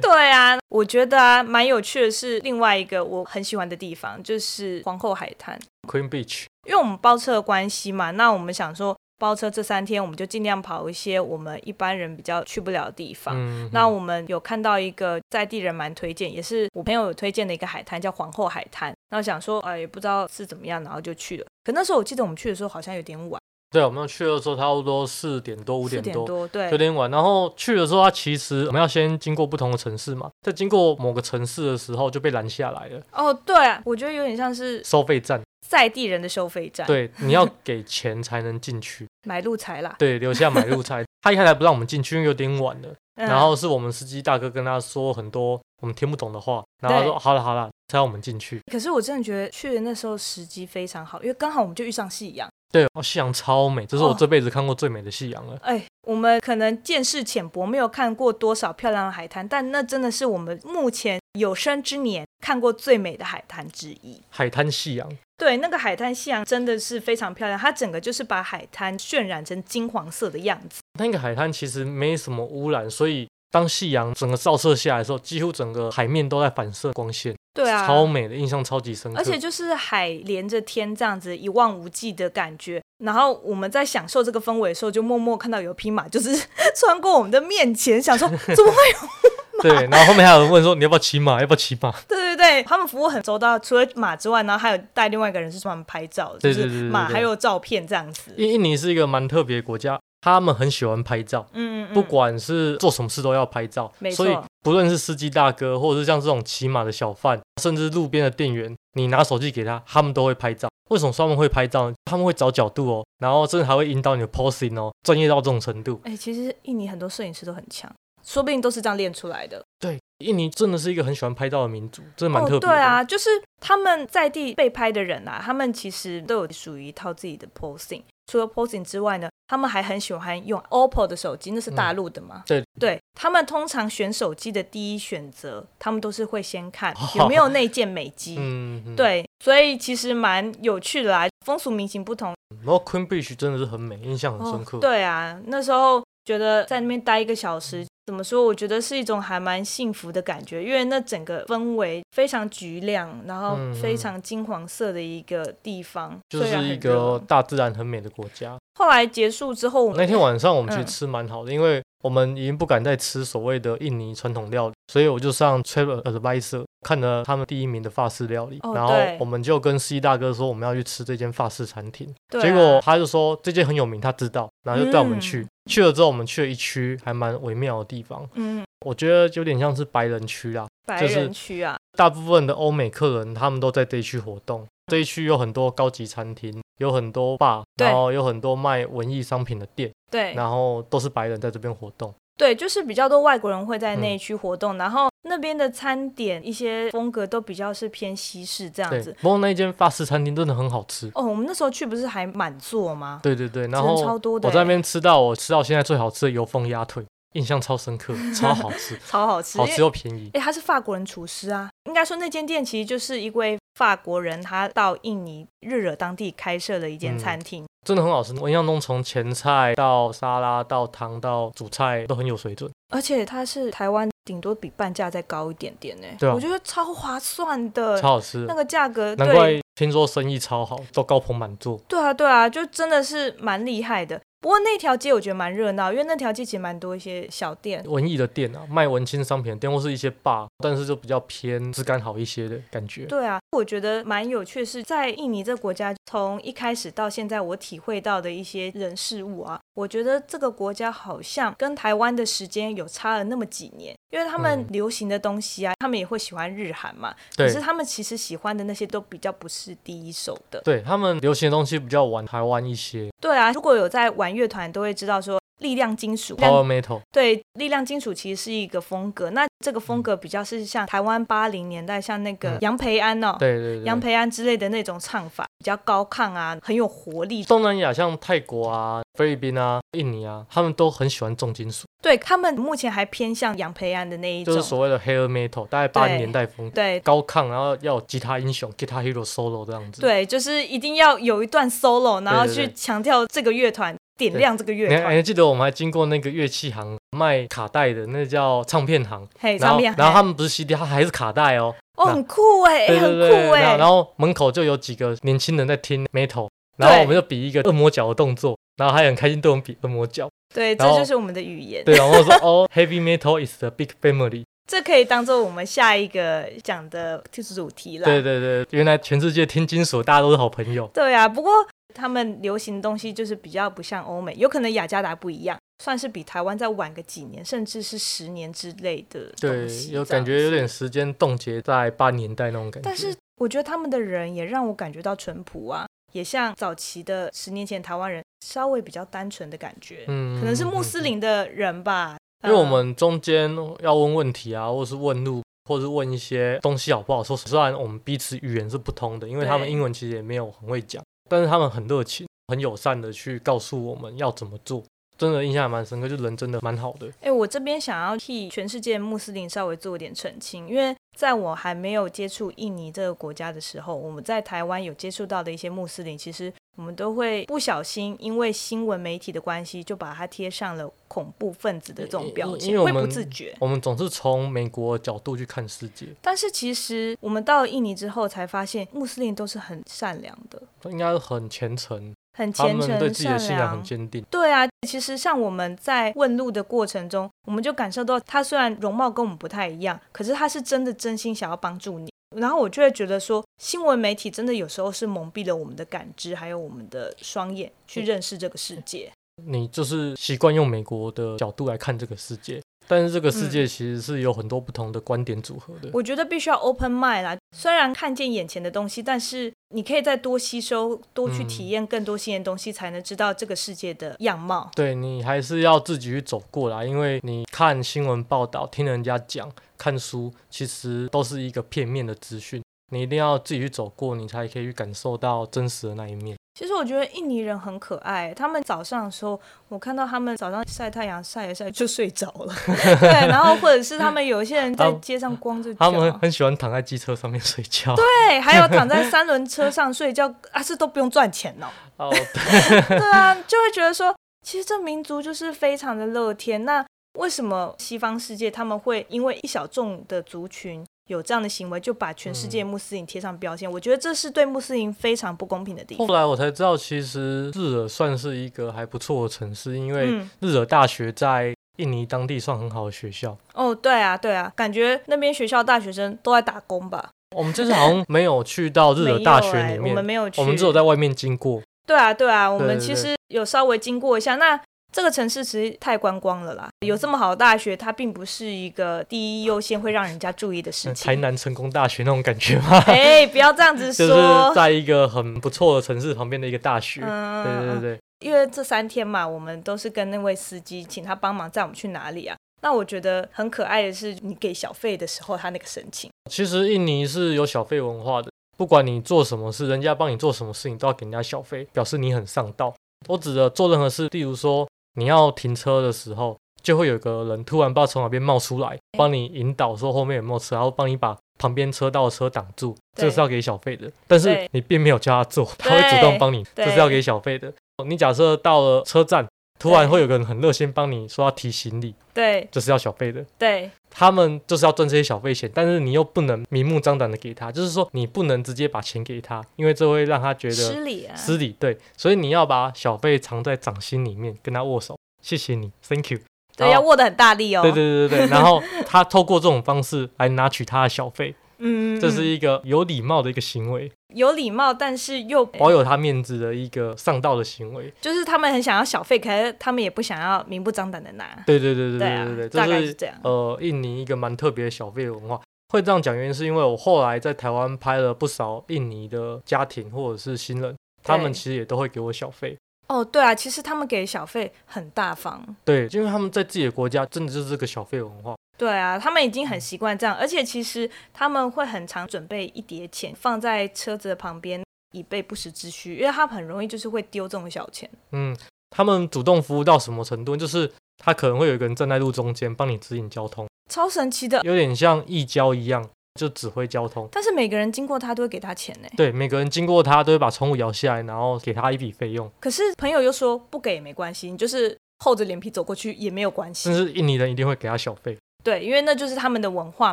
对啊，我觉得啊，蛮有趣的是另外一个我很喜欢的地方，就是皇后海滩。
Queen Beach，
因为我们包车的关系嘛，那我们想说包车这三天，我们就尽量跑一些我们一般人比较去不了的地方。
嗯，
那我们有看到一个在地人蛮推荐，也是我朋友有推荐的一个海滩，叫皇后海滩。然后想说，呃，也不知道是怎么样，然后就去了。可那时候我记得我们去的时候好像有点晚，
对，我们去的时候差不多四点多五
四
点
点
多，
多，
有
对，
点晚。然后去的时候，它其实我们要先经过不同的城市嘛，在经过某个城市的时候就被拦下来了，
哦，对啊，我觉得有点像是
收费站。
在地人的收费站，，
对，你要给钱才能 进去，
买路财啦。
对，留下买路菜。他一开始不让我们进去，因为有点晚了。
嗯
然后是我们司机大哥跟他说很多我们听不懂的话，然后他
对
说好了好了，才让我们进去。
可是我真的觉得去的那时候时机非常好，因为刚好我们就遇上夕阳。
对，哦，夕阳超美，这是我
哦
这辈子看过最美的夕阳了。
哎，我们可能见识浅薄，没有看过多少漂亮的海滩，但那真的是我们目前有生之年看过最美的海滩之一。
海滩夕阳，
对，那个海滩夕阳真的是非常漂亮，它整个就是把海滩渲染成金黄色的样子。
那个海滩其实没什么污染，所以当夕阳整个照射下来的时候，几乎整个海面都在反射光线，
对啊，
超美的，印象超级深刻。
而且就是海连着天这样子一望无际的感觉，然后我们在享受这个氛围的时候，就默默看到有匹马就是 穿过我们的面前， 想说怎么会有？
对，然后后面还有人问说你要不要骑马，要不要骑马？
对对对，他们服务很周到，除了马之外，然后还有带另外一个人是专门拍照的，就
对
是
对对对
马
对
还有照片这样子。
印印尼是一个蛮特别的国家，他们很喜欢拍照，
嗯嗯，
不管是做什么事都要拍照
没，错
所以不论是司机大哥，或者是像这种骑马的小贩，甚至路边的店员，你拿手机给他，他们都会拍照。为什么说他们会拍照呢？他们会找角度哦，然后甚至还会引导你的 posing 哦，专业到这种程度。
哎、其实印尼很多摄影师都很强，说不定都是这样练出来的。
对，印尼真的是一个很喜欢拍照的民族，真的蛮特别的。
哦。对啊，就是他们在地被拍的人啊，他们其实都有属于一套自己的 posing。除了 posing 之外呢，他们还很喜欢用 OPPO 的手机，那是大陆的嘛？
嗯对
对，他们通常选手机的第一选择，他们都是会先 看有没有内建美机。
嗯，嗯，
对，所以其实蛮有趣的啦，风俗民情不同。
然后 Queen Beach 真的是很美，印象很深刻。
哦。对啊，那时候觉得在那边待一个小时，怎么说？我觉得是一种还蛮幸福的感觉，因为那整个氛围非常橘亮，然后
嗯嗯
非常金黄色的一个地方，
就
虽然
是
啊很
一
热
个大自然很美的国家。
后来结束之后，
那天晚上我们去
嗯
吃蛮好的，因为我们已经不敢再吃所谓的印尼传统料理，所以我就上 Travel Advisor 看了他们第一名的法式料理，
哦
然后
对
我们就跟司机大哥说我们要去吃这间法式餐厅，
对啊
结果他就说这间很有名，他知道，然后就带我们去。
嗯
去了之后，我们去了一区还蛮微妙的地方，
嗯，
我觉得有点像是白人区啦，
白
就是
人区啊，
大部分的欧美客人他们都在这一区活动，这一区有很多高级餐厅，有很多 bar，
对
然后有很多卖文艺商品的店，
对
然后都是白人在这边活动。
对，就是比较多外国人会在
嗯
那一区活动，然后那边的餐点一些风格都比较是偏西式这样
对
子。，
不过那一间法式餐厅真的很好吃。
哦，我们那时候去不是还满座吗？
对对对，然
真的超
后
多的
我
欸
在那边吃到我吃到现在最好吃的油封鸭 腿，印象超深刻，超好吃，
超好吃，
好
因为
吃哦又便宜。
哎、他是法国人厨师啊，应该说那间店其实就是一位法国人，他到印尼日惹当地开设的一间
嗯
餐厅。
真的很好吃，我印象中从前菜到沙拉到汤到主菜都很有水准。
而且它是台湾顶多比半价再高一点点呢、
对啊
我觉得超划算的，
超好吃
那，个价格，
难怪
对
听说生意超好，都高朋满座。
对啊对啊，就真的是蛮厉害的。不过那条街我觉得蛮热闹，因为那条街其实蛮多一些小店，
文艺的店啊，卖文青商品的店或是一些 bar，但是就比较偏质感好一些的感觉。
对啊，我觉得蛮有趣的是，在印尼这国家，从一开始到现在，我体会到的一些人事物啊，我觉得这个国家好像跟台湾的时间有差了那么几年，因为他们
嗯
流行的东西啊，他们也会喜欢日韩嘛，可是
对，
他们其实喜欢的那些都比较不是第一手的。
对他们流行的东西比较晚台湾一些
对啊，如果有在玩乐团，都会知道说。力量金属，
，power metal，
对，力量金属其实是一个风格。那这个风格比较是像台湾八零年代，像那个
嗯
杨培安哦，
对对对。
杨培安之类的那种唱法，比较高亢啊，很有活力。
东南亚像泰国啊、菲律宾啊、印尼啊，他们都很喜欢重金属，
对他们目前还偏向杨培安的那一
就
种，
是所谓的 hair metal，大概八
对
零年代风，
对
高亢，然后要有吉他英雄、guitar hero solo 这样子。，
对，就是一定要有一段 solo，然后
对对
去
对
强调这个乐团，点亮这个乐
你还你
团。
还记得我们还经过那个乐器行卖卡带的，那叫唱片行。
嘿，
然
唱
后，
片，
然后他
嘿
们不是 CD，它还是卡带哦。
哦，很酷哎，
对
很
对
酷
对，然后
哎，
然后门口就有几个年轻人在听 metal，然后
对
我们就比一个恶魔脚的动作，然后还很开心对我们比恶魔脚，
对，这
然后
就是我们的语言，
对，然后我说哦，heavy metal is the big family，
这可以当做我们下一个讲的就是啊主题啦。
对对对，原来全世界听金属大家都是好朋友，
对啊，不过他们流行的东西就是比较不像欧美，有可能雅加达不一样，算是比台湾再晚个几年，甚至是十年之类的
对
东西，
有
这样
感觉有
子。
点时间冻结在八年代那种感觉，
但是我觉得他们的人也让我感觉到淳朴啊，也像早期的十年前台湾人稍微比较单纯的感觉，
嗯
可能是穆斯，
嗯嗯
林的人吧。
因为我
嗯
们中间要问问题啊，或是问路。或是问一些东西好不好说，虽然我们彼此语言是不通的，因为他们
对
英文其实也没有很会讲，但是他们很热情、很友善的去告诉我们要怎么做，真的印象还蛮深刻，就人真的蛮好的。
哎、我这边想要替全世界穆斯林稍微做一点澄清，因为在我还没有接触印尼这个国家的时候，我们在台湾有接触到的一些穆斯林，其实我们都会不小心因为新闻媒体的关系，就把它贴上了恐怖分子的这种标
因
签，
为我
会
们
不自觉。
我们总是从美国角度去看世界，
但是其实我们到了印尼之后，才发现穆斯林都是很善良的，
应该很虔诚，
很
他
虔
们
诚、
对自己的信
善
仰
良
很。坚定。
对啊，其实像我们在问路的过程中，我们就感受到他虽然容貌跟我们不太一样，可是他是真的真心想要帮助你。然后我就会觉得说，新闻媒体真的有时候是蒙蔽了我们的感知，还有我们的双眼去认识这个世界。
你就是习惯用美国的角度来看这个世界，但是这个世
嗯
界其实是有很多不同的观点组合的。
我觉得必须要 open mind 啦，虽然看见眼前的东西，但是你可以再多吸收、多去
嗯
体验更多新的东西，才能知道这个世界的样貌。
对你还是要自己去走过来，因为你看新闻报道、听人家讲、看书，其实都是一个片面的资讯。你一定要自己去走过，你才可以去感受到真实的那一面。
其实我觉得印尼人很可爱，他们早上的时候，我看到他们早上晒太阳晒一晒就睡着了， 对，然后或者是他们有一些人在街上光着
他们
脚，
很喜欢躺在机车上面 睡觉。
啊对，还有躺在三轮车上睡觉，啊，这都不用赚钱哦，
哦，
对啊，就会觉得说，其实这民族就是非常的乐天。那为什么西方世界他们会因为一小众的族群有这样的行为，就把全世
嗯
界穆斯林贴上标签？我觉得这是对穆斯林非常不公平的地方。
后来我才知道，其实日惹算是一个还不错的城市，因为
嗯，
日惹大学在印尼当地算很好的学校。
哦，对啊，对啊，感觉那边学校大学生都在打工吧？
我们这次好像没有去到日惹
没
哦大
有
学
欸
里
我
面，
们没有去，
我们只有在外面经过。
对啊，对啊，我
对
们
对
其
对
实有稍微经过一下。那这个城市其实太观光了啦，有这么好的大学，它并不是一个第一优先会让人家注意的事
嗯台
情。
南成功大学那种感觉吗？
哎、不要这样子
就是
说。
在一个很不错的城市旁边的一个大学。对
嗯，
对
嗯
对，
因为这三天嘛，我们都是跟那位司机请他帮忙载我们去哪里啊。那我觉得很可爱的是，你给小费的时候，他那个神情。
其实印尼是有小费文化的，不管你做什么事，人家帮你做什么事情，你都要给人家小费，表示你很上道。我指的做任何事，例如说你要停车的时候，就会有个人突然不知道从哪边冒出
哎
来，帮你引导说后面有没有车，然后帮你把旁边车道的车挡住，
对
这是要给小费的。但是
对
你并没有叫他做，他会主动帮你，
对
这是要给小费的。你假设到了车站，突然会有个人很热心帮你说要提行李，
对
这是要小费的。
对，
他们就是要赚这些小费钱，但是你又不能明目张胆的给他，就是说你不能直接把钱给他，因为这会让他觉得
失礼啊，
失礼。对，所以你要把小费藏在掌心里面，跟他握手，谢谢你，Thank you。
对，要握得很大力哦。
对对对对对，然后他透过这种方式来拿取他的小费，
嗯，嗯，
这是
嗯
一个有礼貌的一个行为，
有礼貌，但是又
保有他面子的一个上道的行为。
就是他们很想要小费，可是他们也不想要明目张胆的拿。
对对对对
对啊
对对，，
大
这
概
是
是这样。
呃，印尼一个蛮特别的小费文化。会这样讲，原因是因为我后来在台湾拍了不少印尼的家庭或者是新人，他们其实也都会给我小费。
哦，对啊，其实他们给小费很大方。
对，因为他们在自己的国家真的就是这个小费文化。
对啊，他们已经很习惯这样，而且其实他们会很常准备一叠钱放在车子的旁边，以备不时之需，因为他们很容易就是会丢这种小钱。
嗯，他们主动服务到什么程度？就是他可能会有一个人站在路中间帮你指引交通，
超神奇的。
有点像义交一样，就指挥交通。
但是每个人经过他都会给他钱呢。
对，每个人经过他都会把窗户摇下来，然后给他一笔费用。
可是朋友又说不给也没关系，你就是厚着脸皮走过去也没有关系
甚。至印尼人一定会给他小费。
对，因为那就是他们的文化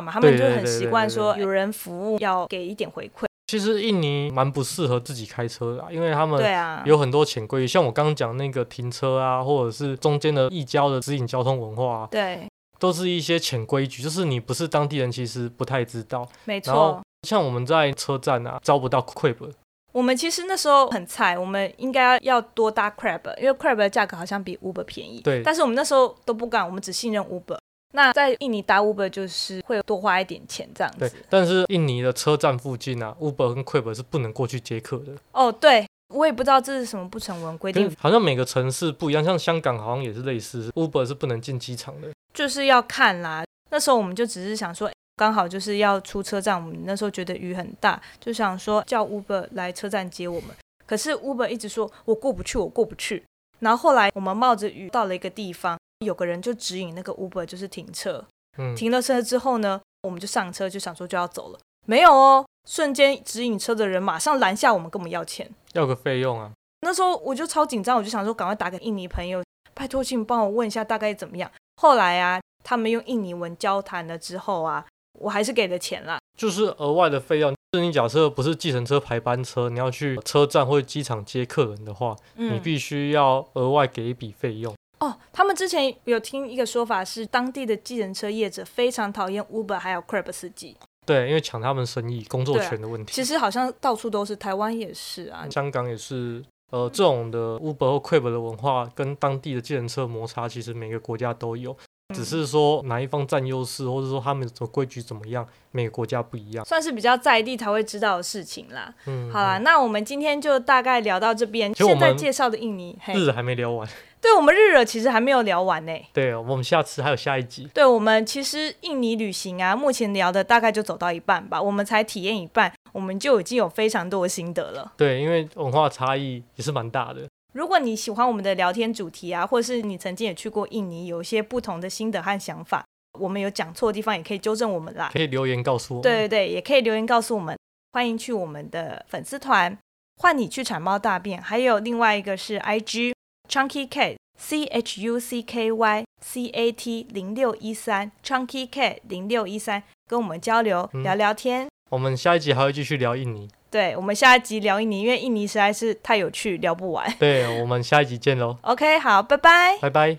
嘛，他们
对
就
对
很
对
习
对
惯
对
说有人服务要给一点回馈。
其实印尼蛮不适合自己开车的啊、因为他们
对啊，
有很多潜规则，像我刚刚讲那个停车啊，或者是中间的义交的指引交通文化、啊，
对，
都是一些潜规矩，就是你不是当地人，其实不太知道。
没
然后
错。
像我们在车站啊，招不到 Crab，
我们其实那时候很菜，我们应该要多搭 Crab，因为 Crab 的价格好像比 Uber 便宜。
对
但是我们那时候都不敢，我们只信任 Uber。那在印尼搭 Uber 就是会多花一点钱这样
对
子。，
但是印尼的车站附近啊，Uber 跟 Crab 是不能过去接客的，
哦，对，我也不知道这是什么不成文规定
跟，好像每个城市不一样，像香港好像也是类似，Uber 是不能进机场的。
就是要看啦。那时候我们就只是想说，哎刚好就是要出车站，我们那时候觉得雨很大，就想说叫 Uber 来车站接我们。可是 Uber 一直说我过不去，我过不去。然后后来我们冒着雨到了一个地方，有个人就指引那个 Uber 就是停车。
嗯，
停了车之后呢，我们就上车，就想说就要走了。没有哦，瞬间指引车的人马上拦下我们，跟我们要钱。
要个费用啊，
那时候我就超紧张，我就想说赶快打给印尼朋友，拜托请你帮我问一下大概怎么样。后来啊，他们用印尼文交谈了之后啊，我还是给了钱啦。
就是额外的费用。就是你假设不是计程车排班车，你要去车站或者机场接客人的话，你
嗯，
必须要额外给一笔费用。
哦，他们之前有听一个说法是，当地的计程车业者非常讨厌 Uber 还有 Grab 司机。
哦对，因为抢他们生意、工作
对啊
权的问题。
其实好像到处都是，台湾也是啊。
香港也是，呃，这种的 Uber 或 Grab 的文化跟当地的计程车摩擦，其实每个国家都有，
嗯
只是说哪一方占优势，或者说他们的规矩怎么样，每个国家不一样。
算是比较在地才会知道的事情啦。
嗯，
好啦，那我们今天就大概聊到这边。
其实我
现
们
在介绍的印尼，嘿
日子还没聊完，
对我们日惹其实还没有聊完呢、
对，我们下次还有下一集。
对我们其实印尼旅行啊，目前聊的大概就走到一半吧，我们才体验一半，我们就已经有非常多的心得了。
对，因为文化差异也是蛮大的。
如果你喜欢我们的聊天主题啊，或是你曾经也去过印尼，有一些不同的心得和想法，我们有讲错的地方也可以纠正我们啦。
可以留言告诉我。
对对，对，也可以留言告诉我们，欢迎去我们的粉丝团“换你去铲猫大便”，还有另外一个是 IG Chunky Cat C H U C K Y C A T 零六一三 Chunky Cat 零六一三，跟我们交流
嗯
聊聊天。
我们下一集还会继续聊印尼。
对我们下一集聊印尼，因为印尼实在是太有趣，聊不完。
对，我们下一集见喽，
OK，好，拜拜。
拜拜。